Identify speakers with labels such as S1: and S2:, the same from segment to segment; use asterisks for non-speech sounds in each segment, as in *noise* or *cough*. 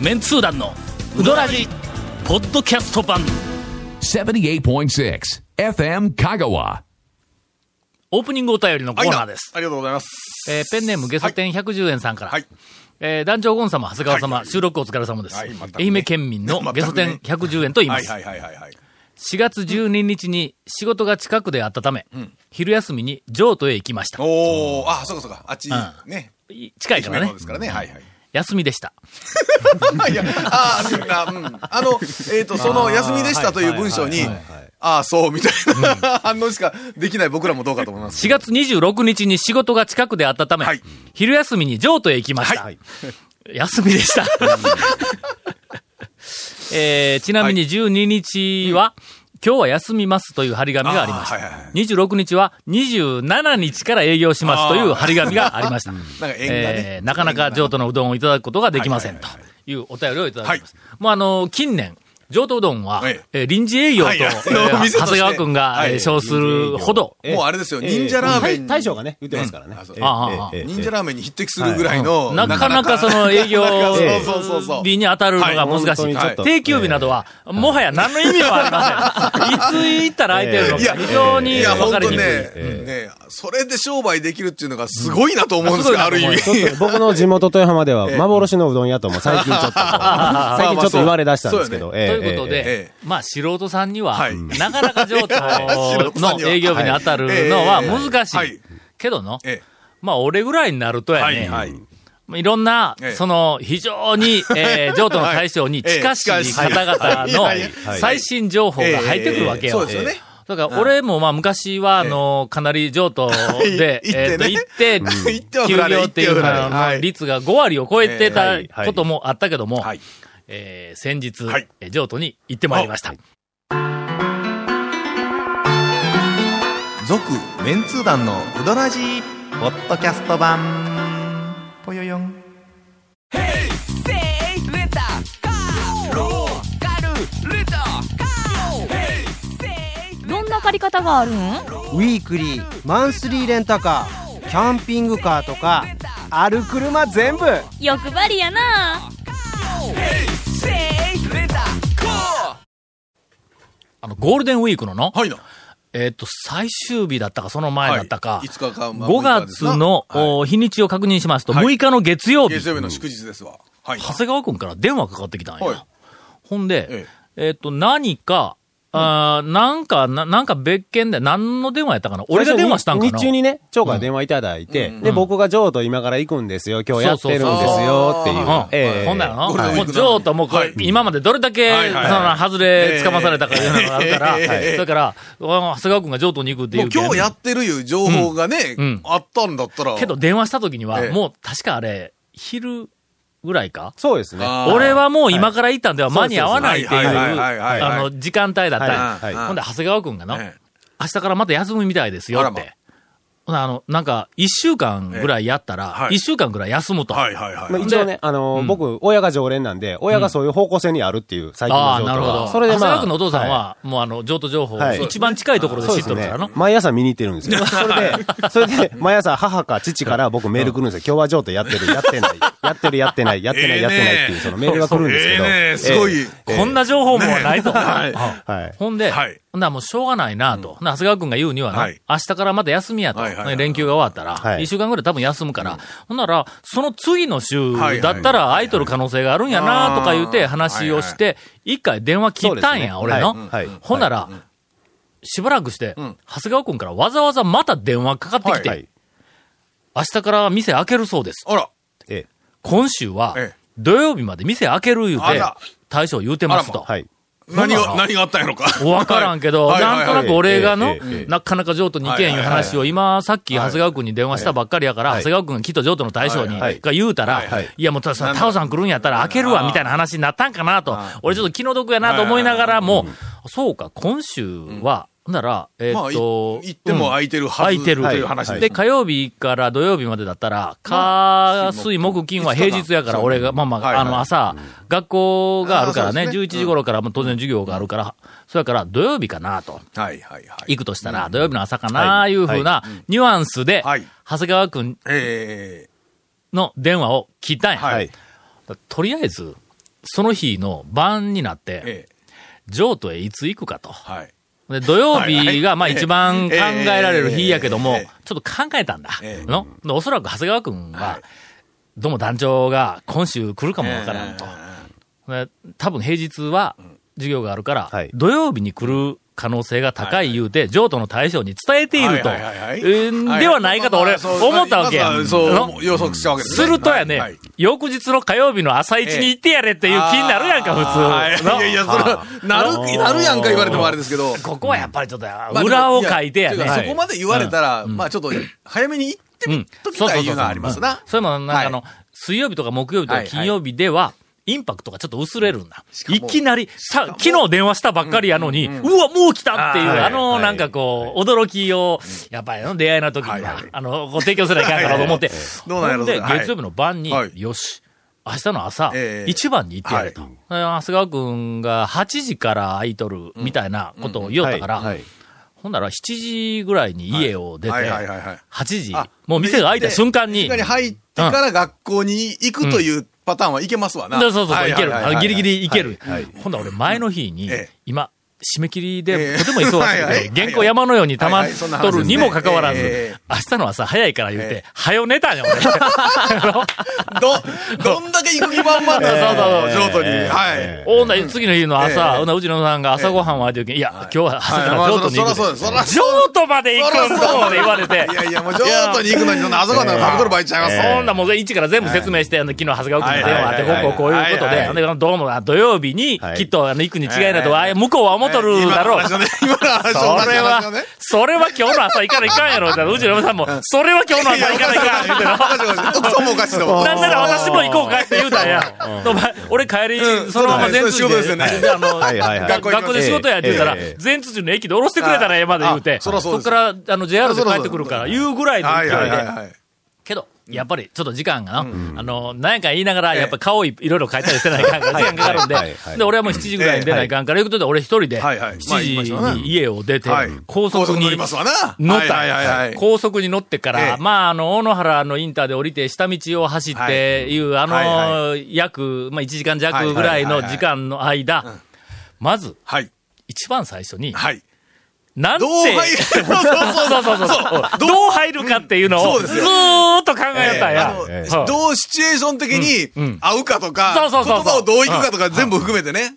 S1: メンツー団のウドラジポッドキャスト版
S2: 78.6 FM Kagawa.
S1: オープニングお便りのコーナー
S3: はい
S1: です。
S3: ありがとうございます。
S1: えーペンネームゲソ店110円さんから。
S3: はい。
S1: えー団長ゴン様、長谷川様、
S3: はい
S1: 収録お疲れ様です。
S3: はい全くね
S1: 愛媛県民のゲソ店110円と言いま
S3: はい
S1: す。
S3: はいはいはいはい。
S1: 4月12日に仕事が近くであったため、昼休みに譲渡へ行きました。
S3: おー、あ、そうかそうか。あっち、
S1: う
S3: ね。
S1: い近いから
S3: 愛
S1: ね
S3: 媛の方です。からね。はいはい。 *laughs*
S1: 休みでした。
S3: あいや、あー、そうか、うん。あの、えっ、と、その、休みでしたという文章に、ああ、そう、みたいな *laughs* 反応しかできない僕らもどうかと思います。
S1: 4月26日に仕事が近くであったため、
S3: はい
S1: 昼休みに譲渡へ行きました。
S3: は
S1: *laughs* 休みでした。 *laughs* えーちなみに12日は、今日は休みますという張り紙がありました。
S3: あーはいはいはい
S1: 26日は27日から営業しますという張り紙があり
S3: *laughs*
S1: ました。
S3: なんか縁がね
S1: えーなかなか譲渡のうどんをいただくことができませんと
S3: はいはい
S1: いうお便りをいただきます。もうあの、近年、譲渡うどんは、
S3: え
S1: えー臨時営業と、
S3: はいはい
S1: えー
S3: お店として
S1: 長谷川くんが、
S3: はい
S1: えー称するほど、
S3: もうあれですよ、忍者ラーメン。
S4: 大将がね、言ってますからね
S3: あそう。
S4: ええ
S1: ああああ
S4: ええええ
S3: 忍者ラーメンに匹敵するぐらいの。
S1: なかなかその営業
S3: ええそうそうそうそう
S1: 日に当たるのが難しい。
S4: は
S3: 本
S4: い
S3: 当にちょっ
S4: と
S1: 定休日などは、もはや何の意味もありま
S3: *laughs*
S1: せん。いつ行ったら空いてるの
S3: い
S1: か、
S3: や、
S1: 非常に
S3: いや、
S1: 分
S3: 本
S1: かり
S3: 当
S1: に
S3: ね、
S1: くい。
S3: ね、それで商売できるっていうのがすごいなと思うんですけど、ある意味。
S4: ちょっと僕の地元豊浜では、幻のうどん屋とも最近ち
S3: *laughs*
S4: ょっと、最近ちょっと言われ出したんですけど、
S3: そ
S1: と
S4: ええ
S1: いうこと
S4: ええ
S1: で
S3: え、
S1: まあ素人さんには
S3: はい、
S1: なかなか上
S3: 素人
S1: 等
S3: さんに
S1: の
S3: は
S1: 営業日に当たるのは難し
S3: はいい。
S1: けどの、
S3: *laughs* え
S1: まあ俺ぐらいになると
S3: え
S1: や
S3: はい
S1: ね、
S3: はい。
S1: いろんな
S3: え、え
S1: その、非常に、えー、譲渡の対象に近し
S3: はいええ
S1: い
S3: 近しい
S1: 方々
S3: はいはい
S1: の最新情報が入ってくるわけ
S3: ええ
S1: よ
S3: そう。ですよね。、
S1: だから、俺もまあ昔は、あの、かなり上等で
S3: *laughs* 行っ
S1: え
S3: て
S1: っと、
S3: ね
S1: 行って
S3: ん、行っては
S1: 休
S3: 振られ
S1: 業ってい
S3: 行っ
S1: う
S3: ては振られ
S1: あの
S3: はい
S1: 率が5割を超えて
S4: ええ
S1: た
S4: はいはい
S1: こともあったけども、
S3: はい。
S1: えー先日
S3: はい、
S1: えー上都に行ってまいりました。
S5: 続メンツー団のウドラジーポッドキャスト版ぽよよん
S6: どんな借り方があるん
S7: ウィークリーマンスリーレンタカーキャンピングカーとかある車全部
S6: 欲張りやな
S1: あの、ゴールデンウィークのの、
S3: はいな。
S1: えっと、最終日だったか、その前だったか
S3: はい、5日かまあ
S1: 5月の
S3: 6日ですなはい
S1: お日にちを確認しますと、
S3: はい
S1: 6日の月曜日
S3: 月曜日の祝日ですわ。はい。
S1: 長谷川君から電話かかってきたんや。
S3: はい
S1: ほんで、
S3: え
S1: えっ、と、何か、あーなんか、ななんか別件で、何の電話やったかな俺が電話したんか
S4: 日
S1: な
S4: 中にね、長から電話いただいて、で、僕が譲渡今から行くんですよ、今日やってるんですよ、っていう
S1: うん。
S4: ええ
S1: ほんならな、
S3: ゴールデンウィ
S1: も
S3: ー
S1: う、
S3: ク
S1: ジョーともうこれ、今までどれだけ、
S3: はいはいはい
S1: その、外れ、捕まされたかいうのがあるから、
S3: ええ
S1: だから、長谷川君がジョーとに行くってい
S3: もう
S1: うけん
S3: 今日やってるいう情報がね、
S1: うんうん
S3: あったんだったら。
S1: けど、電話した時には、
S3: ええ
S1: もう、確かあれ、昼ぐらいか
S4: そうですね。
S3: あー
S1: 俺はもう今から行ったんでは間に合わないっていう、
S3: はいはいはいはいはい
S1: あの、時間帯だったよ
S4: はい
S3: はい
S1: ほんで、長谷川くんがな、
S3: ええ
S1: 明日からまた休みみたいですよ
S3: あら
S1: っ
S3: ま
S1: て。ほなあの、なんか、一週間ぐらいやった
S3: え
S1: ら
S3: は、い
S1: 一週間ぐらい休むと。
S3: はいはいはい。
S4: まあ、一応ね、あのー僕、親が常連なんで、親がそういう方向性にあるっていう、最近
S1: あ
S4: の
S1: あ、
S4: 状
S1: なるほ
S4: 況
S1: ど。
S4: は。それで
S1: 長谷
S4: ま
S1: 川
S4: あ、
S1: くんのお父さん
S4: い
S1: は、もうあの、譲渡情報を
S4: はい
S1: 一番近いところで
S4: そう
S1: 知
S4: で
S1: っ
S4: す
S1: とる
S4: ね
S1: からの。。
S4: 毎朝見に行ってるんですよ。
S1: *laughs*
S4: それで、それで、毎朝母か父から僕メール来るんですよ。今日は譲渡やってる、やってない、やってる、やってない、やってない、やってないっていう、そのメールが来るんですけど。
S3: ええねすごい。
S1: こんな情報もないぞ。
S3: は
S1: *laughs*
S3: い
S1: あ
S4: はい。
S1: ほんで、
S3: はい
S1: ほんならもうしょうがないなと。な長谷川くんが言うにはな、
S3: はい
S1: 明日からまた休みやと。
S3: はいはいはい
S1: 連休が終わったら、
S4: はい
S1: 一週間ぐらい多分休むから。ほんなら、その次の週
S3: はい
S1: だったら空いとる可能性があるんやなとか言うて話をして、一回電話切ったんや、
S4: そうで
S1: 俺
S4: すね
S1: の。
S4: はいはい
S1: ほんなら、しばらくして、
S3: ん
S1: 長谷川くんからわざわざまた電話かかってきて、
S4: はい。
S1: 明日から店開けるそうです。
S3: あら、
S4: ええ
S1: 今週は
S3: ええ、
S1: 土曜日まで店開ける言う
S3: あ
S1: て
S3: ら、
S1: 大将言うてますと。
S4: はい。
S3: 何
S1: ほんな
S3: が、
S1: ら
S3: 何があったんやろか。
S1: *laughs* わからんけど、
S3: はい
S1: なんとなく俺がの
S4: ええええええ、
S1: なかなか譲渡に行けんいう話を今、さっき長谷川君に電話したばっかりやから、長
S4: はい
S1: 谷川君がきっと譲渡の対象に、
S4: はい、
S1: が言うたら
S3: はいはい
S1: いやもうただ、タオさん来るんやったら開けるわ、みたいな話になったんかなと、俺ちょっと気の毒やなと思いながらも、そうか、今週は、ほんなら、え
S3: ま
S1: ー
S3: あ、
S1: っ
S3: い
S1: と
S3: 行、っても
S1: うん
S3: 空いてるはず。
S1: 空いてる
S3: と
S1: と
S3: い
S1: いうう
S3: 話
S1: 話
S3: で
S1: で、
S3: す
S1: 火曜日から土曜日までだったら、火、水、木、金は平日やから、俺が、まあま
S3: はい
S1: あ、
S3: は
S1: あ
S3: い
S1: の、朝、学校があるからね、
S3: あーそう
S1: 11
S3: ですね
S1: 時頃から、もう当然授業があるから、それから土曜日かなと、
S3: はいはいは
S1: 行
S3: い。
S1: くとしたら、土曜日の朝かな、
S4: はい
S1: いうふうなニュアンスで
S3: はい、
S1: 長谷川くん
S3: え
S1: の電話を聞いたんや。
S4: はい。
S1: とりあえず、その日の晩になって、
S3: ええ。
S1: 譲都へいつ行くかと。
S3: はい。
S1: で土曜日が、まあ
S3: はいはい
S1: 一番考
S3: ええ
S1: えられる日やけども
S3: ええ、
S1: ちょっと考えたんだ
S3: え。え
S1: のでおそらく長谷川くん
S3: は、
S1: はいどうも団長が今週来るかもわからんと。で多分平日は授業があるから
S4: はい、
S1: 土曜日に来る可能性が高い言うて、譲都の大将に伝えていると。
S3: はいはいはいはい
S1: えーではないかと俺、思ったわけや
S3: ま。ずは
S1: の
S3: そう、予測したわけです
S1: す
S3: ね。
S1: るとやね、
S3: はいはい
S1: 翌日の火曜日の朝一に行ってやれっていう気になるやんか、
S3: あー
S1: 普通。の
S3: いやいや、それは、なる、なるやんか言われてもあれですけど。
S1: ここはやっぱりちょっと、
S3: まあ
S1: 裏を書いてや
S3: と
S1: ね。
S3: うか
S1: は
S3: そ
S1: い
S3: こまで言われたら、まあちょっと、早めに行ってみときたいいうのはありますな。
S1: それも、なんか
S3: はい
S1: あの、水曜日とか木曜日とか
S3: はいはい
S1: 金曜日では、インパクトがちょっと薄れるんだ。
S3: かも
S1: いきなり、さ、昨日電話したばっかりやのに、うわ、もう来たっていう、
S4: あー
S1: あの、
S4: はい
S1: なんかこう、驚きを、やっぱりあの出会いの時に
S3: はいは、
S1: はいあの、こう提供せなきゃいけないかなと思っ
S3: *laughs*
S1: て、
S3: どうなんや
S1: ほ
S3: ろ
S1: んで、
S3: はい
S1: 月曜日の晩に
S3: は、い
S1: よし、明日の朝
S3: え、え
S1: 一番に行ってやると。
S3: はい
S1: で長谷川くんが8時から空いとるみたいなことを言おったから、
S4: はいはい
S1: ほんなら7時ぐらいに家を出て、
S3: はいはいはいはい。
S1: 8時
S3: あ、
S1: もう店が開いた瞬間に、
S3: でで入ってから学校に行くというパターンはいけますわな。
S1: そうそうそう、
S3: はいは
S1: け
S3: は
S1: る。
S3: は
S1: あのギリギリいける
S4: はいはい。
S1: ほんなら俺前の日に
S3: ええ、
S1: 今、締め切り
S3: え
S1: で、
S3: え
S1: とても忙し
S3: はいはい
S1: い
S3: はい
S1: けど、原稿山のようにたまっ
S3: はいはいそんな
S1: と
S3: 話
S1: る
S3: ですね
S1: にもかかわら
S3: ええ
S1: ず
S3: ええ、
S1: 明日の朝早いから言う
S3: え
S1: て
S3: え、
S1: 早よ寝たんよ、
S3: *laughs*
S1: 俺。
S3: ど、どんだけ行く気満
S1: *laughs*
S3: 々だぞ、譲渡に。はい。
S1: おんな次の日の
S3: ええ
S1: 朝、おんなうちのさんが朝ごはんをあげてるけんいや、今日は朝から
S3: はい
S1: 譲
S3: ま
S1: 渡
S3: あ
S1: に行く
S3: そらそう
S1: で。
S3: ですそら
S1: 譲渡まで行くん
S3: そらそう
S1: だって言われて。
S3: いやいや、もう譲渡に行くのに、そんな朝ごはんなんか食べとる場合ちゃいます
S1: そんなもう一から全部説明して、あの、昨日、長谷川君の電話あって、
S4: はいはいはい
S1: こうこうこういうこと
S3: はいはい
S1: で、で、どうも、あ土曜日に
S4: は、い
S1: きっと、あの、行くに違いないと、
S3: は
S1: あ向こうは思っとるだろう。
S3: 今
S1: そ
S3: の話のね、今の *laughs* 話
S1: れ
S3: の話を
S1: は
S3: ね。、
S1: それは今日の朝行かないかんやろ。だからうちの嫁さんも、それは今日の朝行かないかんって言うてな。
S3: 奥さんもおかしいと思
S1: *laughs*
S3: う。
S1: なんなら私も行こうかって言うたんや。お前俺帰
S3: う
S1: り、
S3: ん
S1: そのまま全通
S3: そうだねそういう仕事ですよね
S1: で、あの、
S4: はいはいはい
S1: 学校学校で仕事やって言ったら
S4: ええええ、
S1: 全通寺の駅で降ろしてくれたらええまで言うて
S3: あ、そらそう
S1: そ
S3: で
S1: っ
S3: す
S1: から、あの、JR で帰ってくるから、言うぐらいの
S3: は
S1: 勢
S3: い
S1: い
S3: はいは
S1: で
S3: い、はい。
S1: けど、やっぱりちょっと時間がな、あの、なんやかん言いながら、やっぱ顔いいろいろ変えたりしてないかんから、時間かかるん
S4: はいはいは
S1: で、
S4: い
S1: で、俺はもう7時ぐらいに出ないかんから、いうことで、俺一人で、
S3: はいはい
S1: 7
S3: まあ言いました
S1: 時
S3: ね
S1: に家を出て
S3: はい、
S1: 高
S3: 高
S1: 速
S3: 速乗り
S1: に
S3: ますわな。
S1: 乗っ
S3: はいはいは
S1: た
S3: い。
S1: 高速に乗ってから、
S3: ええ
S1: まあ、あの、大野原のインターで降りて、下道を走っていう、あの、
S3: は
S1: 約、まあ、1時間弱ぐらいの時間の間、まず、
S3: はい。
S1: 一番最初に、
S3: はい。
S1: なんて、
S3: どう入るそ
S1: そ
S3: う
S1: うそう
S3: *laughs*
S1: そうそう、どう入るかっていうのを、
S3: うんそう
S1: ず
S3: ですよ
S1: ーっと考えたんや。
S3: え
S4: え
S1: はい
S3: どうシチュエーション的に合うかとか、
S1: そうそうそうそう
S3: 言葉をどういくかとか全部含めてね。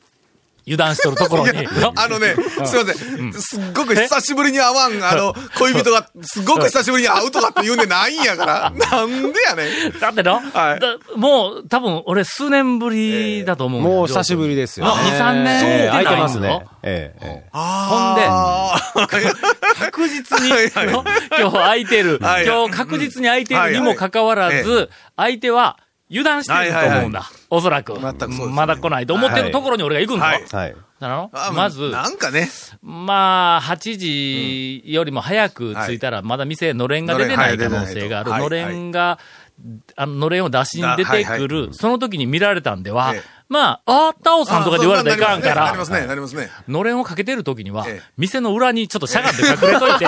S1: 油断しとるところ
S3: *laughs*
S1: に。
S3: あのね、すいません。すっごく久しぶりに会わん、あの、恋人が、すっごく久しぶりに会うとかって言うんでないんやから。なんでやね
S1: *laughs*
S3: ん。
S1: だっての、
S3: は
S1: だ
S3: い
S1: もう、多分俺数年ぶりだと思う、
S4: もう久しぶりですよ。
S1: あ二三年
S4: え
S1: そう
S4: え空いてますね。ええええ
S3: ほん *laughs* で、
S1: *laughs* 確実に、
S3: はいはい
S1: の今日空いてる、
S3: はい
S1: 今日確実に空いてるにもかかわらず、
S3: はいは
S1: 相手は油断してると思うんだ。おそらく。
S3: 全くそうですね
S1: まだ来ないと思ってるところに俺が行くんだ。
S3: はい
S4: はい。
S1: だろ
S3: あ
S1: まず、
S3: なんかね。
S1: まあ、8時よりも早く着いたら、まだ店、のれんが出てない可能性がある。
S3: はい
S1: のれんが、あの、のれんを出しに出てく
S3: は
S1: る、その時に見られたんでは
S3: ええ、
S1: まあ、あ、タオさんとかで言われたらいかんか
S3: なりま
S1: ら
S3: す、ね、なりますね。
S1: のれんをかけてる時には
S3: ええ、
S1: 店の裏にちょっとしゃがんで隠れといて、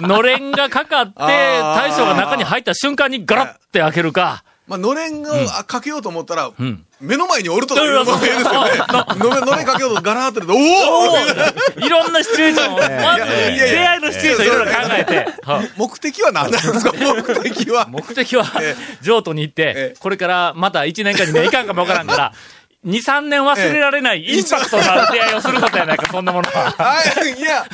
S1: のれんがかかって、
S3: あー
S1: 大将が中に入った瞬間にガラッて開けるか、
S3: まあ、のれんをあかけようと思ったら
S1: ん、
S3: 目の前におるとかいうのも変ですよね。 *laughs* のれんのれんかけようとガラーってると、お
S1: お
S3: お
S1: ーいろんなシチュエーションを、まず、
S3: ええ
S1: 出会いのシチュエーションいろいろ考えて、はい
S3: 目的は何なんですか目的 *laughs* は。
S1: 目的は
S3: え、
S1: 譲渡に行って
S3: え、
S1: これからまた1年間に年いかんかもわからん
S3: *laughs*
S1: から、2、3年忘れられないインパクトのある出会いをすることやないか、そんな
S3: *laughs*
S1: ものは。
S3: はい、いや、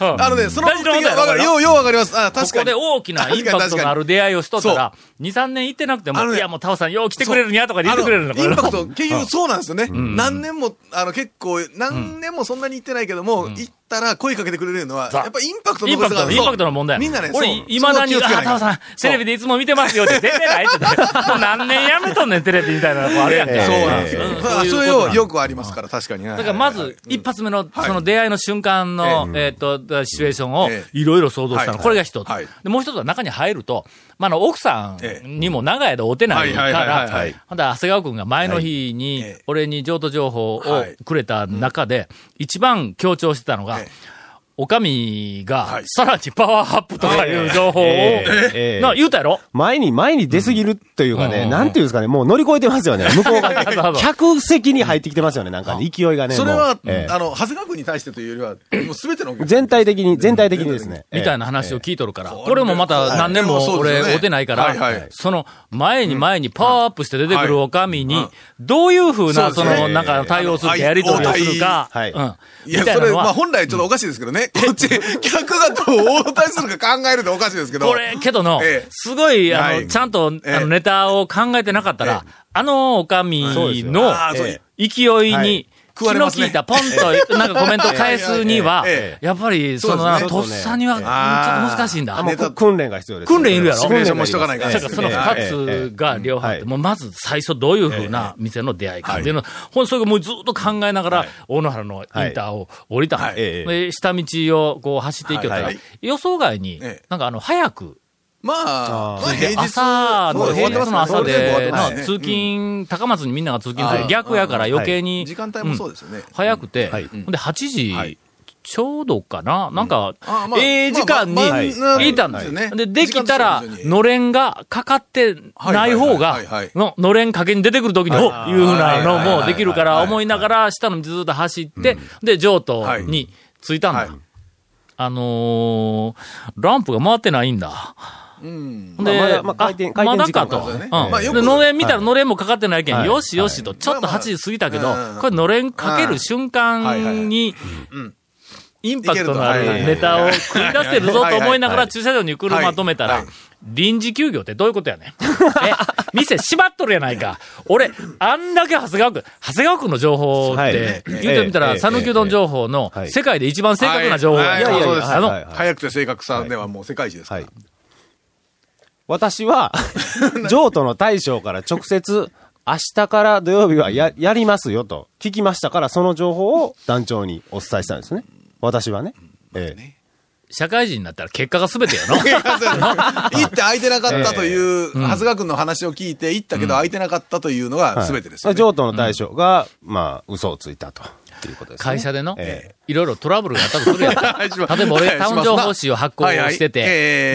S3: あうんあのね、その目的
S1: 大事な
S3: は
S1: こ
S3: わ
S1: と
S3: か
S1: やろ
S3: る。よう、ようわかります。あ、
S1: こ
S3: 確か
S1: こ
S3: に
S1: で。大きなインパクトのある出会いをしとったら、2、3年行ってなくて
S3: あ
S1: も、
S3: の
S1: い
S3: ね
S1: やもうタオさんよう来てくれるにゃとかで言ってくれるの
S3: あのインパク
S1: こ *laughs*
S3: ト、結局そうなんですよね。何年も、あの、結構、何年もそんなに行ってないけども、行ったら声かけてくれるのは、
S1: そう
S3: やっぱインパクト
S1: れ
S3: の
S1: インパクト
S3: が
S1: の、インパクトの問題や
S3: みんなね、
S1: 俺、
S3: そう
S1: いまだに、
S3: そこは気をつけ
S1: あ、
S3: ない
S1: タオさん、テレビでいつも見てますよって、出てないって。もう何年やめとんねん、テレビみたいなのもあるやんか。
S4: ええ
S3: そうなんですよ。
S1: うん
S3: あそ
S1: そういうことなん
S3: れよ、
S1: だ
S3: よくありますから、確かに。だ
S1: だからまず、一発目の、
S3: い
S1: その出会いの瞬間の、えっと、シチュエーションを
S3: え、え
S1: いろいろ想像した
S3: は
S1: の。
S3: い
S1: これが一つ
S3: はい。
S1: で、もう一つは中に入ると、まあ、あの、奥さ
S3: ええ
S1: んにも長い間会うてないか
S3: はいはいはい
S1: ら、
S3: はい
S1: はいほんだら長谷川くんが前の日に
S3: はいええ、
S1: 俺に譲渡情報を
S3: はい
S1: くれた中で、一番強調してたのが
S3: ええ、
S1: おかみ
S3: は
S1: が
S3: い、
S1: さらにパワーアップとかいう情報を、
S4: ええええ
S1: な、言うたやろ
S4: 前に、前に出すぎるというか
S1: うんう
S4: ね、
S1: ん
S4: なんていうんですかね、もう乗り越えてますよね。向こ
S1: *laughs*
S4: う
S1: なるほ
S4: が、
S1: ど
S4: 客席に入ってきてますよね、なんかね勢いがね。
S3: それ
S4: も
S3: は
S4: う、ええ
S3: あの、長谷川君に対してというよりは、もう全てのお客さん
S4: 全体的に、全体的にですね。
S1: みたいな話を聞いとるから、これもまた何年も
S3: そうで
S1: 俺
S3: すよね
S1: 会うてないから、
S3: はいはい
S1: その前に前にパワーアップして出てく
S3: う
S1: る
S3: ん
S1: おかみに、どういうふうな、
S3: そ
S1: そう
S3: です
S1: の、
S3: ね
S1: なんか対応するか、
S3: はい
S1: やりとりをするか、
S4: はい
S1: うん。
S3: い
S1: み
S3: や、
S1: たい
S3: そ
S1: な
S3: れ、
S1: の
S3: まあ
S1: は、
S3: 本来ちょっとおかしいですけどね。こっち、客がどう応対するか考えるとおかしいですけど。
S1: これ、けどの
S3: ええ、
S1: すごい、あ
S3: は
S1: の、
S3: い
S1: ちゃんと、
S3: ええ
S1: あの、ネタを考えてなかったら、あのおかみ
S4: そうですよ
S1: の
S3: ああそう
S1: ええ勢い
S4: はい
S1: に、
S3: 食わ
S1: 気
S3: れ
S1: の
S3: ます
S1: 利
S3: ね
S1: いたポンと、なんかコメント返すには
S3: え、
S1: やっぱり、その、
S3: そうで
S1: な
S3: すね
S1: とっさには、ちょっと難しいんだ。
S4: あもうこ訓練が必要です。
S1: 訓練いるやろ
S3: シミュレーションもしとかないから
S1: そうか、その
S4: え
S1: 二
S4: え
S1: つが両方あって、
S4: はい
S1: もうまず最初どういうふうな店の出会いかっていうの、ほんそれがもうずっと考えながら、大野原のインターを降りたの、
S3: はい
S4: ええ
S1: で下道をこう走っていきよったら、
S3: はい
S1: 予想外に
S3: ええ、
S1: なんかあの、早く、
S3: ま
S4: あ
S3: あ、まあ平日
S1: 朝の、平日
S3: そう終わってますね
S1: の朝
S3: ゴールデンも終わっ
S1: で、
S3: てます
S1: な
S3: ね
S1: 通勤、高松にみんなが通勤す
S3: は
S1: る
S3: い
S1: 逆やから余計
S3: うん
S1: に、
S3: 時間帯もそうですよね。
S1: 早くて、
S4: はい
S1: ほんで8時、
S3: はい
S1: ちょうどかな、なんか
S3: あま、あ
S1: ええ時間に
S3: まあまあまあ
S1: いたんですよ
S3: はい
S1: ね
S3: は。い
S1: で、できたら
S3: 時間ですよ、ね
S1: のれんがかかってない方が
S3: はいはいはいはいはい、
S1: ののれんかけに出てくる時に、おいうふうなのもできるか
S3: はいはいはいは
S1: ら
S3: い
S1: 思いながら、下の道ずっと走って、で、上都に着いたんだ。
S3: はい
S1: あのー、ランプが回ってないんだ。
S3: うん。
S1: で、
S4: まあまだまあ回転
S1: あ
S4: 回転時間
S1: まだか
S3: そ
S1: と。
S3: う
S1: う
S3: ですね
S1: ん
S3: まあよく
S1: で、のれん見たら
S4: はい
S1: のれんもかかってないけん、
S4: はい
S1: よしよしと、ちょっと
S3: まあまあ
S1: 8時過ぎたけど、
S3: うん
S1: これのれんかける瞬
S3: はいはいは
S1: 間
S3: い
S1: に、インパクトのあ
S3: いける
S1: る
S3: と
S1: ネタを繰り出せるぞと思いなが
S3: はいはいは
S1: ら
S3: い
S1: 駐車場に車止めた
S3: はい
S1: ら
S3: はい、
S1: 臨時休業ってどういうことやねん。え、店閉まっとるやないか。俺、あんだけ長谷川君、長谷川君の情報
S4: は
S1: っ
S4: い
S1: て、言ってみた
S4: え
S1: ら、
S4: え
S1: 讃岐うどん情報の
S4: はい
S1: 世界で一番正確な情報や
S3: はいはい
S1: いやいや
S3: そうです
S1: あ
S4: はいはい
S1: の、
S3: 早くて正確さではもう世界一ですか
S4: は
S3: ら
S4: い。。私
S3: *laughs*
S4: は、譲渡の大将から直接、明日から土曜日はや、やりますよと聞きましたから、その情報を団長にお伝えしたんですね。私はね。ええ。
S1: 社会人になったら結果が全てやの。
S3: 行って空いてなかったという、長谷川君の話を聞いて、行ったけど空いてなかったというのが全てですよね。
S4: 譲渡の大将が、まあ、嘘をついたと。いうことですね
S1: 会社での
S4: ええ、
S1: いろいろトラブルがあったとするやん
S3: はいします
S1: 例えば
S3: は
S1: 俺、
S3: い
S1: タウン情報誌を発行
S3: はいはい
S1: してて、
S3: え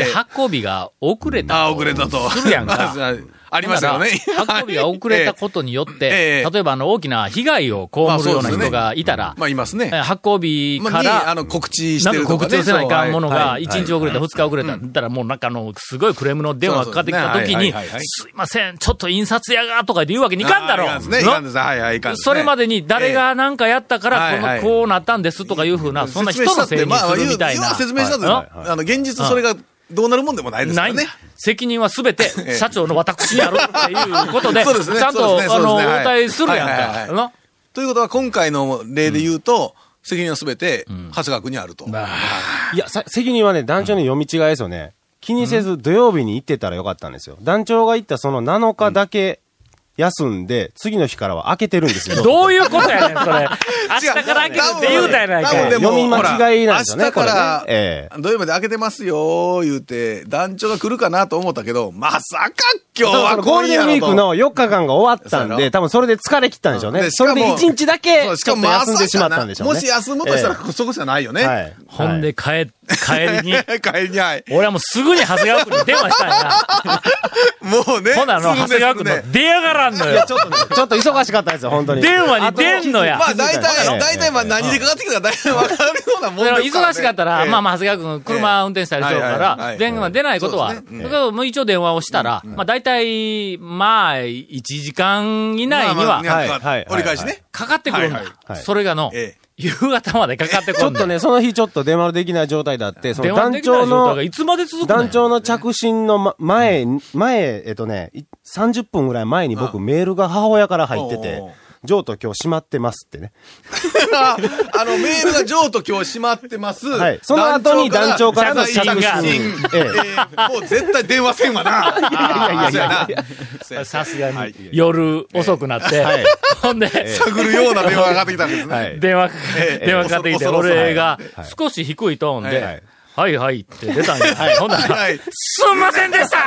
S3: え
S1: で発行日が遅れた。
S3: ああ、遅れたと。
S1: するやんか。
S3: *laughs* ありましたよね。
S1: だから運びが遅れたことによって、
S3: *laughs* ええ
S1: 例えばあの大きな被害を被るような人がいたら、
S3: まあいます
S1: え
S3: ね。
S1: ー発行日
S3: まあ
S1: か
S3: にあ
S1: ら、
S3: の、告知し
S1: な
S3: て
S1: ん
S3: る
S1: か
S3: とか、ね。
S1: 告知をせないかんもの
S3: そうは
S1: が、
S3: い
S1: 1日遅れた、2日遅れた、だったらもうなんかあの、すごいクレームの電話がかかってきた時に
S3: そうそうですねはいはいは、い
S1: すいません、ちょっと印刷屋が、とか言うわけにいかんだろ
S3: あーいかんですね。いかんです。はいはい、いかんです、ね。
S1: それまでに誰が何かやったか
S3: は
S1: ら、
S3: い
S1: こ
S3: は
S1: の
S3: い
S1: こうなったんですとかいうふうな、そんな人のせいにするみたい
S3: まあ、
S1: な。
S3: 説明したって、
S1: はい
S3: あの、現実それがどうなるもんでもないですか
S1: な
S3: ら
S1: い
S3: ね。
S1: 責任はすべて社長の私にあるっていうことで、
S3: *laughs* そうですね
S1: ちゃんと、
S3: そうですね
S1: あの、
S3: そう
S1: 応
S3: ですねはい
S1: 対するやん
S3: はいはいは
S1: か。
S3: い
S1: な
S3: ということは、今回の例で言うと、責任はすべて、長谷川君にあると。
S4: いや、さ責任はね、団長の読み違いですよね。気にせず土曜日に行ってたらよかったんですよ。団長が行ったその7日だけ休んで、次の日からは開けてるん
S3: *laughs*
S4: ですよ。
S1: どういうことやねん、それ。明日から開けるって言うたやない
S3: 多分
S1: か
S3: で
S1: い。
S3: も
S4: 読み間違いなんですよね
S3: ほら明日から、
S4: これねえ
S3: 土曜日で開けてますよ、言うて、団長が来るかなと思ったけど、まさか今日は
S4: そのゴールデンウィークの4日間が終わった
S3: そ
S4: ん
S3: うや
S4: で、
S3: ろ
S4: 多分それで疲れ切ったんでしょうね。
S3: でし
S4: そ
S3: かも
S4: れで1日だけ、
S3: そうし
S4: ち
S3: か
S4: ょっ
S3: も
S4: と
S3: ま
S4: 休ん
S3: さ
S4: でしま
S3: か
S4: った
S3: な、
S4: んでしょうね。
S3: もし休むとしたら、
S4: え
S3: そこじゃないよ
S4: え
S3: ね。
S4: はい。
S1: ほんで、帰、帰りに、
S3: 帰りにはい。
S1: 俺はもうすぐに長谷川君に電話したんや。
S3: *laughs* もうね。
S1: ほな、あの、
S3: す
S1: 長
S3: ぐで
S1: 谷川君
S3: すね
S1: の出やがらんのよ。
S4: ちょっ *laughs* とね、ちょっと忙しかったですよ、本当に。
S1: 電話に出んのや
S3: まあ大
S4: ええ
S3: 体、大体まあ何でかかってきたか大体わかるようなもん
S1: それは
S3: ですから、ね。
S1: 忙しかったら、まあまあ、長谷川君、車運転したりしようか
S3: はいはいはいは
S1: ら、
S3: い
S1: 電話が出ないことは、
S3: そうですね
S1: だからもう一応電話をしたら、まあ大体、まあ、1時間以
S3: あ
S1: 内には、
S4: まあはい
S3: はい
S4: はい
S3: 折り返しね。 *laughs*
S1: かかってくるん
S3: はいはい
S1: だ。
S4: はい
S1: それがの
S3: ええ、
S1: 夕方までかかってく
S4: ちょ
S1: る
S4: っ
S1: ん
S4: と
S1: だ。
S4: ね、その日ちょっと出丸できない状態だって、そ
S1: 電
S4: の
S1: 話
S4: 団
S1: できない
S4: 長
S1: 状態
S4: の
S1: が、いつまで続くの
S4: 団長の着信の、ま、前、前、えっとね、い30分ぐらい前に僕メールが母親から入ってて
S3: おう、
S4: 譲渡今日閉まってますってね。
S3: あの、メールが上と今日閉まってます。
S4: はいその後に団長からの
S3: 謝罪
S1: 着信
S4: ええ
S3: ええもう絶対電話せんわな。いやいやいや。そうやな
S1: さすがに
S3: い
S1: 夜遅くなって
S4: はい、
S1: ほんで、
S3: 探るような電話がかかってきたんですね。
S4: はい。
S1: 電話かか
S3: え、え
S1: 電話かかってきて、
S3: 恐ろ恐ろ
S1: 俺が少し低いトーン
S3: は
S1: で
S3: い、
S1: はいはいって出たんや。ほんなら、
S3: はい。
S1: すんませんでした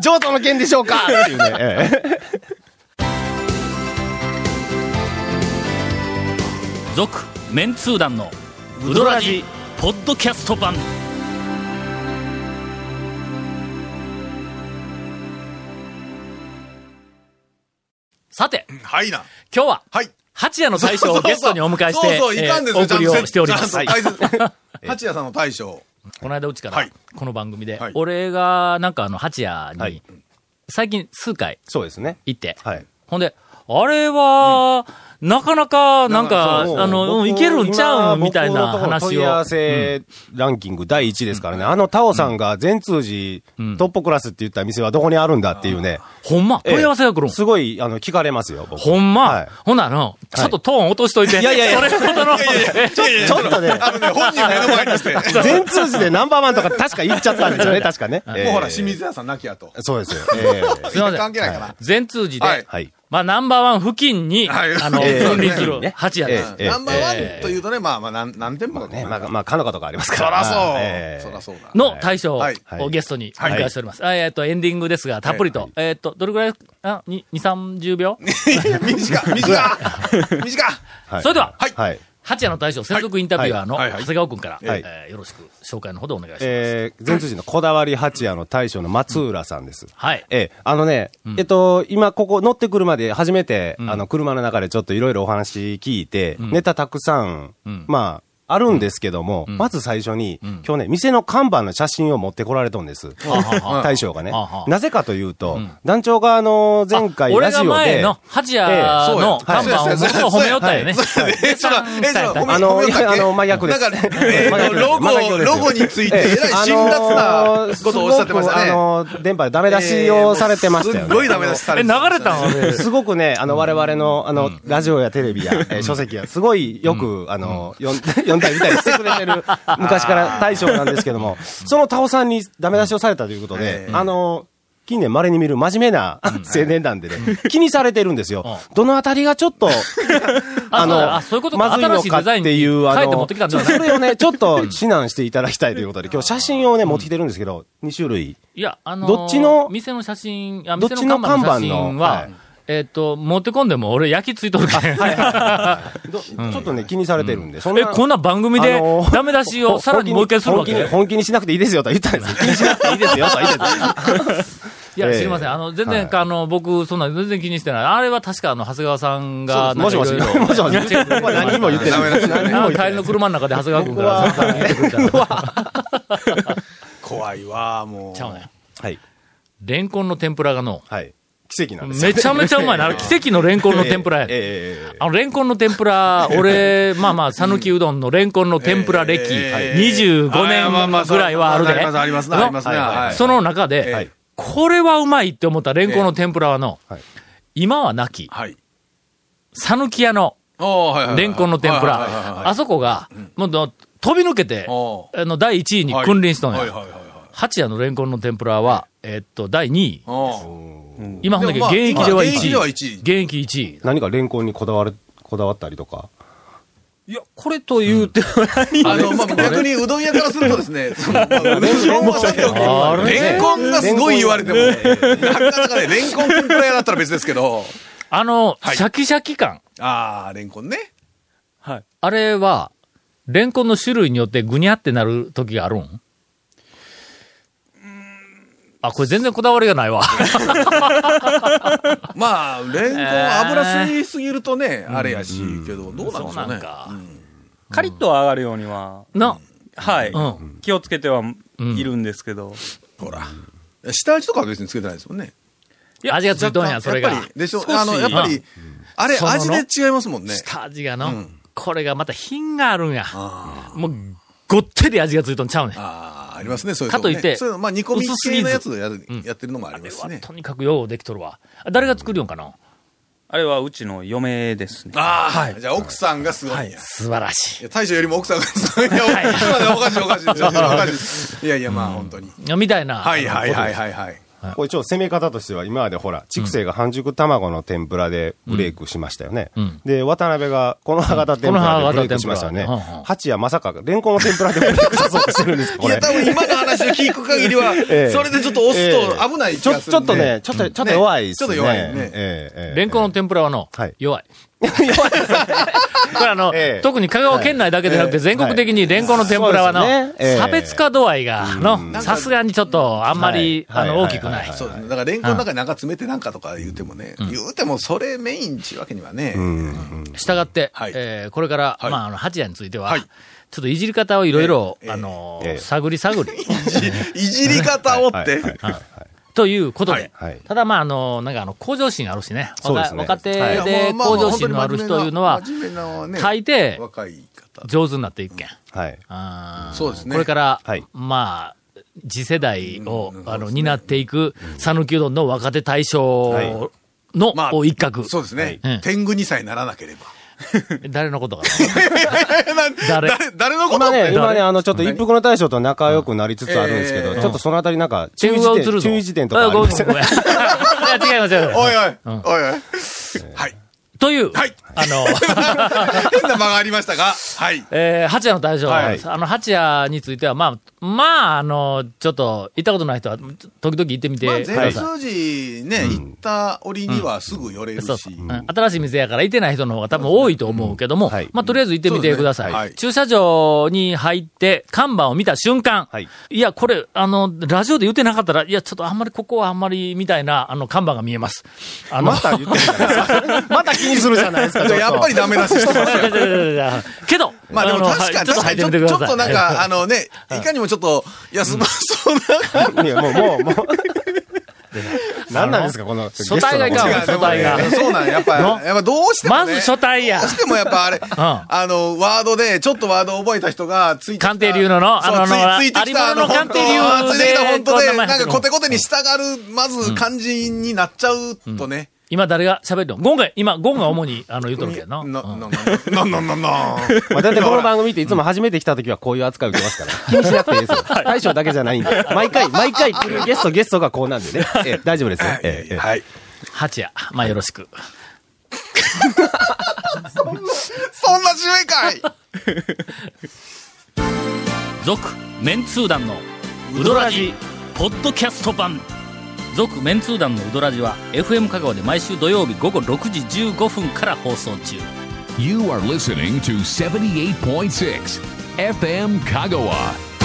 S4: 譲渡の件でしょうかっていうね。え *laughs* え
S1: 続メンツー団のウドラジポッドキャスト版さて
S3: はいな。
S1: 今日は
S3: はい。
S1: 八夜の大将
S3: そ
S1: を
S3: うそうそう
S1: ゲストにお迎えして
S3: そうそう、いかんです
S1: えーお
S3: よ、ちゃ
S1: 送
S3: ん
S1: り
S3: と
S1: をしております
S3: ちゃんと解説。八谷さんの大将。
S1: この間うちから、
S3: はい
S1: この番組で、
S3: はい
S1: 俺がなんかあの八谷に、
S4: はい
S1: 最近数回
S4: そうですね。
S1: 行って、
S4: はい。
S1: ほんで、あれは、なかなか、なんか、
S4: そう
S1: あの、うん
S4: 僕
S1: いけるんちゃうんみたいな
S4: 今僕のところ
S1: 話
S4: 問い合
S1: を
S4: わ。せランキング第1位ですからね。あのタオさんが全通寺
S1: ん
S4: トップクラスって言った店はどこにあるんだっていうね。
S1: ほんま、
S4: ええ
S1: 問い合わせが来るん。
S4: すごい、あの、聞かれますよ、僕
S1: ほんま、
S4: はい
S1: ほんならの、ちょっとトーン落としといて。
S4: いやいやいや
S1: それほどの。
S3: ちょ
S4: ちょっとね、
S3: あのね、本人目の前にして。
S4: *laughs*
S3: も
S4: 全通寺でナンバーワンとか確か言っちゃったん
S1: *laughs*
S4: ですよね、確かね。も
S3: うほら、清。水屋さん亡きやと。
S4: そうですよ。え
S1: *laughs*
S4: え
S1: すいません
S3: 関係ないかな。
S1: 全通じで、
S3: はい
S4: はい。
S1: まあ、ナンバーワン付近に、
S3: はい
S1: あの、
S4: ええ
S1: 分離する
S4: ね
S1: 八谷で
S4: え
S1: す。
S4: え
S3: ナンバーワンというとね、まあまあ、なん何店舗か
S4: ね、
S3: な
S4: まあ、まあ、かのかとかあります
S3: そ
S4: からら。
S3: そう。
S4: ええ
S3: そらそう
S1: *laughs*
S3: だ。
S1: の大将
S3: はい
S1: をゲストにお
S3: はい
S1: 迎えしております。あえっと、エンディングですが、たっぷりと。えっと、どれくらい、あ、に2、30秒
S3: いや短っ短っ *laughs* 短っ
S4: い
S1: それでは
S4: はい。はい
S1: 八谷の大将専属インタビュアーの
S3: はい
S1: 長
S3: はいはい
S1: 谷川君から、
S4: はい
S1: えーよろしく紹介のほどお願いします。
S4: えー、前通寺のこだわり八屋の大将の松浦さんです。
S1: はい。
S4: ええ、あのね、えっと、今ここ乗ってくるまで初めて、あの、車の中でちょっといろいろお話聞いて、ネタたくさん、
S1: ん
S4: まあ、あるんですけども、まず最初に、今日ね、店の看板の写真を持ってこられたんです。 *laughs* 大将がね
S1: はあは。あ
S4: なぜかというと、団長があの、前回
S1: 俺
S4: ラジ
S1: が
S4: オで、
S1: 前の八谷の看板を僕が褒めよったよね。 *laughs*
S3: え、ちょっと、え、ちょっと、
S4: あの
S3: 褒めよったっけ
S4: いやあの真逆です
S3: なんか、え
S4: 真
S3: ー
S4: 逆です
S3: ロ
S4: 真逆
S3: ゴ、
S4: です
S3: ロゴについて、えらい辛
S4: あ
S3: 辣
S4: の
S3: なことをおっしゃってました
S4: すごくあ
S3: ね。
S4: の電波でダメ出しをされてましたよ
S3: えーもうすっ
S4: ね。
S3: ごいダメ出しさ
S1: え、
S3: れ
S1: 流
S3: てま
S1: れ
S3: した
S1: た
S3: ね
S1: ん俺。
S4: *laughs* すごくね、あの、我々の、あの、ラジオやテレ
S1: *laughs*
S4: ビや、えー書籍や、すごいよく、あの、読ん *laughs* 読んだり見たりしてくれ
S1: *laughs*
S4: てる、昔から大将なんですけども、そのタオさんにダメ出しをされたということで
S3: え、え
S4: あの、近年稀に見る真面目な青年団でね、気にされてるんですよ。どのあたりがちょっ
S1: *laughs*
S4: と、
S1: あそうだあそういうことか
S4: まずいのかっ
S1: 新
S4: ていう、
S1: しいデザインに
S4: あ
S1: 変えて持っ
S4: の
S1: てきたんじゃ、ない
S4: それを
S1: *laughs*
S4: ね、ちょっと指南していただきたいということで、今日写真をね、持ってきてるんですけど、2種類。
S1: いや、あのー
S4: どっちの
S1: 店の写真、あ
S4: どっ
S1: 店
S4: ち
S1: の
S4: の
S1: 看板の写
S4: 看板
S1: 真
S4: の
S1: は、
S4: はい
S1: えっ、と、持ってこんでも俺焼きついとるから、 *laughs*
S4: どちょっとね、気にされてるんで、そん
S1: え、
S4: な
S1: こんな番組で
S4: あのー
S1: ダメ出しをさらにもう一回するわけ
S4: 本気に本気にしなくていいですよとは言ったんですよ。気にしなくていいですよとは言ったんですよ
S1: いや、
S4: ええ
S1: 知りません。あの、全然、あの、僕、そんな、全然気にしてない。あれは確か、あの、長谷川さんが、
S4: もしもし、
S1: なん
S4: も
S1: か
S4: し
S1: いろいろ
S4: もし、
S1: *laughs*
S4: 僕は何も言って
S3: ダ
S4: な
S3: メ
S4: い。
S3: 出しだね。
S1: あの帰りの車の中で長谷川君から、さん言ってくれ
S4: *laughs*
S1: たら、
S3: 怖いわ、も
S1: ちゃう
S3: う。
S1: ね。
S4: はい。
S1: レンコンの天ぷらがの、
S4: はい。奇跡なんですよ
S1: めちゃめちゃうまいな。あれ奇跡のレンコンの天ぷらや
S4: ええ
S1: で。
S4: ええええ
S1: あの、レンコンの天ぷ
S3: *laughs*
S1: ら、俺、まあまあ、讃岐うどんのレンコンの天ぷら歴、25年ぐらいはあるで。
S3: あります、ありますね、ありますね。はい
S1: その中で、
S4: はい
S1: これはうまいって思ったレンコンの天ぷらはの、
S4: はい
S1: 今はなき、
S3: はい。
S1: 讃岐屋の
S3: おーはいはいはい
S1: レンコンの天ぷ
S3: はいはいはいはい
S1: ら、あそこが、もうど飛び抜けて、
S3: お
S1: あの、第1位に君臨したの
S3: はいは
S1: よ。
S3: いはいはい
S1: 八谷のレンコンの天ぷらは、えっと、第2位。
S3: おー
S1: 今ほんだけ
S3: でもまあ
S1: 現役では1位。
S3: 現役では一位
S1: 現役1位。
S4: 何かレンコンにこだわる、こだわったりとか。
S8: いや、これと言うても何
S3: あの、まあ、逆にうどん屋からするとです *laughs* ね、そのまあうどん屋もさておき
S1: あれ
S3: レンコンがすごい言われても、なかなかね、レンコン天ぷら屋だったら別ですけど、
S1: あの、
S3: はい
S1: シャキシャキ感。
S3: あー、レンコンね。
S1: あれは、レンコンの種類によってぐにゃってなる時があるんあ、これ全然こだわりがないわ。
S3: まあ、レンコン油吸いすぎるとね、あれやし、けど、どうなんでしょ
S1: そううなん
S3: ね。
S1: か
S8: カリッとは上がるようには、
S1: な、
S8: はい、
S1: うん
S8: 気をつけてはいるんですけど。
S3: ほら。下味とかは別につけてないですもんね。
S1: 味がついとんや、それが。
S3: やっぱり、でしょ
S8: 少し
S3: あの、やっぱり、あれ、
S1: その
S3: 味で違いますもんね。
S1: 下味がの、
S3: うん
S1: これがまた品があるんや。
S3: あ
S1: もう、ごってり味がついとんちゃうねん。あ
S3: あー、ありますね、そういう
S1: かといって
S3: ねそういうの、まあ、煮込み
S1: 薄すぎず
S3: 系のやつをやる
S1: うん
S3: やってるのもありま
S1: れ
S3: すし
S1: は
S3: ね。
S1: とにかくようできとるわ。あ誰が作るよんかな
S8: あれはうちの嫁ですね。
S3: ああ、じゃあ奥さんがすごいんや。
S1: 素晴ら
S3: い
S1: し
S3: や大将よりも奥さんがすごい。いや、奥さんはおかしいおかしい。ちょっとおかしい。いやいや、まあ、本当に。
S1: い。みたいな。
S3: はいはいはいはいはい。
S4: これ一応攻め方としては、今までほら、畜生が半熟卵の天ぷらでブレイクしましたよね。
S1: うん
S4: で、渡辺がこの歯型天ぷらでブレイクしましたよね。
S1: この歯型天ぷらうんうん
S4: 八谷まさか、レンコンの天ぷらでブレイクさそうとしてるんですか、こ
S3: い
S4: れ
S3: や、。多分今の話で聞く限りは、
S4: ええ
S3: それでちょっと押すと危ない気
S4: ちょ
S3: がす
S4: ちょ
S3: る
S4: っ
S3: んで。
S4: とね、ちょっと、ちょっと弱いですね。
S3: ちょっと弱いね
S4: ええええ
S1: レンコンの天ぷらはの、
S4: *laughs* はい
S1: 弱い。これあの、
S4: ええ
S1: 特に香川県内だけでなくて、
S4: ええ
S1: 全国的にレンコンの天ぷらはの、
S4: そうですよねええ
S1: 差別化度合いが、の、
S3: ん
S1: さすがにちょっと、あんまり、
S4: はい
S1: あ
S4: はい
S1: の、大きくない。
S3: そうだね。だから、レンコンの中になんか詰めてなんかとか言うてもね、言うてもそれメインっちゅうわけにはね、
S1: したがって、
S3: はい
S1: えーこれから、
S3: はい
S1: まあ、あの、八夜については、
S3: はい
S1: ちょっといじり方をいろいろ
S3: え、え
S1: あの、
S4: ええ
S1: 探り探り、 *laughs*
S3: いじり方をっ
S4: はい
S3: て、
S4: はいはいはい
S1: ということで、
S4: はい
S1: ただまあ、あの、なんかあの、向上心あるしね。
S4: そうですね
S1: 若手
S4: はい
S3: いや
S1: で
S3: まあまあ
S1: 向上心のある人というのは、
S3: 真面目なね
S1: 大抵、
S3: 若い方。
S1: 上手になっていくけん。
S4: はい。
S1: あー
S3: そうですね
S1: これから、
S4: はい
S1: まあ、次世代を、あの、担っていく、讃岐うどんの若手大将の、
S3: まあ
S1: お一角。
S3: そうですね
S1: はい。
S3: 天狗にさえならなければ。
S4: *laughs*
S1: 誰のことか誰
S3: 誰誰のこと
S4: 今ね、
S1: 誰
S4: 今ね、あの、ちょっと一服の大将と仲良くなりつつあるんですけど、
S3: ええ
S4: ちょっとそのあたりなんか、 *laughs* 注
S1: 天
S4: 意
S1: 狗が
S4: 事
S1: 映る
S4: 点、
S1: ぞ。
S4: 注意事点とかありました
S1: あごめんごめん *laughs* いや、違います、違います。
S3: おいおい、おいおい。はい。
S1: という、
S3: はい
S1: あの、 *laughs*
S3: 変な間がありましたが、はい。
S1: えー、八夜の大将、
S4: はい
S1: あの、八夜については、まあ、まあ、あの、ちょっと、行ったことない人は、時々行ってみて
S3: まあ、
S1: くだ
S3: 前
S1: さい。
S3: 数字ね、行った折にはすぐ寄れるし。
S1: そうそううん新しい店やから行ってない人の方が多分多いと思うけども、
S4: はい
S1: まあ、とりあえず行ってみてください。
S3: そうですねはい
S1: 駐車場に入って、看板を見た瞬間、
S4: はいい、
S1: や、これ、あの、ラジオで言ってなかったら、いや、ちょっとあんまりここはあんまり、みたいな、あの、看板が見えます。あの、
S4: 言ってるじゃないですかまた気にするじゃないですか。
S3: じゃあやっぱりダメ出ししてますよ。
S1: *laughs* けど、
S3: まあでも
S1: の
S3: 確か
S1: はい
S3: に、確かにちょ
S1: 入てみてくだ
S3: ち
S1: さ
S3: ょ
S1: い
S3: っとなんか、あのね、いかにもちょっと休まそうな。
S4: り。いや、もう、
S3: *laughs*
S4: もう、もう。何なんですか、この、
S1: 初対外感
S4: ゲ
S1: は
S4: ストの
S1: 初対が
S3: 違うでもねそうなんやっぱ、
S1: の
S3: やっぱどうしても、ね。
S1: まず初対や
S3: どう。してもやっぱ
S1: *laughs*
S3: あれ、あの、ワードで、ちょっとワード覚えた人が、ついてきた。
S1: 鑑定流のの
S3: そう
S1: あの
S3: つ
S1: あの
S3: いついてきた、
S1: ありものの鑑定流で
S3: 本当ついてきた本当
S1: こん
S3: で、
S1: な前
S3: なん
S1: 入って
S3: か
S1: る
S3: コテコテに従る、まず感じになっちゃうとね。
S1: 今誰が喋るのゴンが、今、ゴンが主に、あの、言うとるけどな。
S3: な、
S1: うん
S3: な、な、な、な、な、な。
S4: まあ、だってこの番組っていつも初めて来た時はこういう扱い受けますから、 *laughs* 気にしなくていいですよ。大将だけじゃないんで。毎回、毎回来るゲスト、ゲストがこうなんでね。ええ大丈夫ですね。ええええ
S3: はい。
S1: 八夜。まあ、よろしく。
S3: そんな締めかい
S1: 続メンツー団のウドラジポッドキャスト版続メンツー団のウドラジは FM 香川で毎週土曜日午後6時15分から放送中
S2: You are listening to 78.6 FM Kagawa.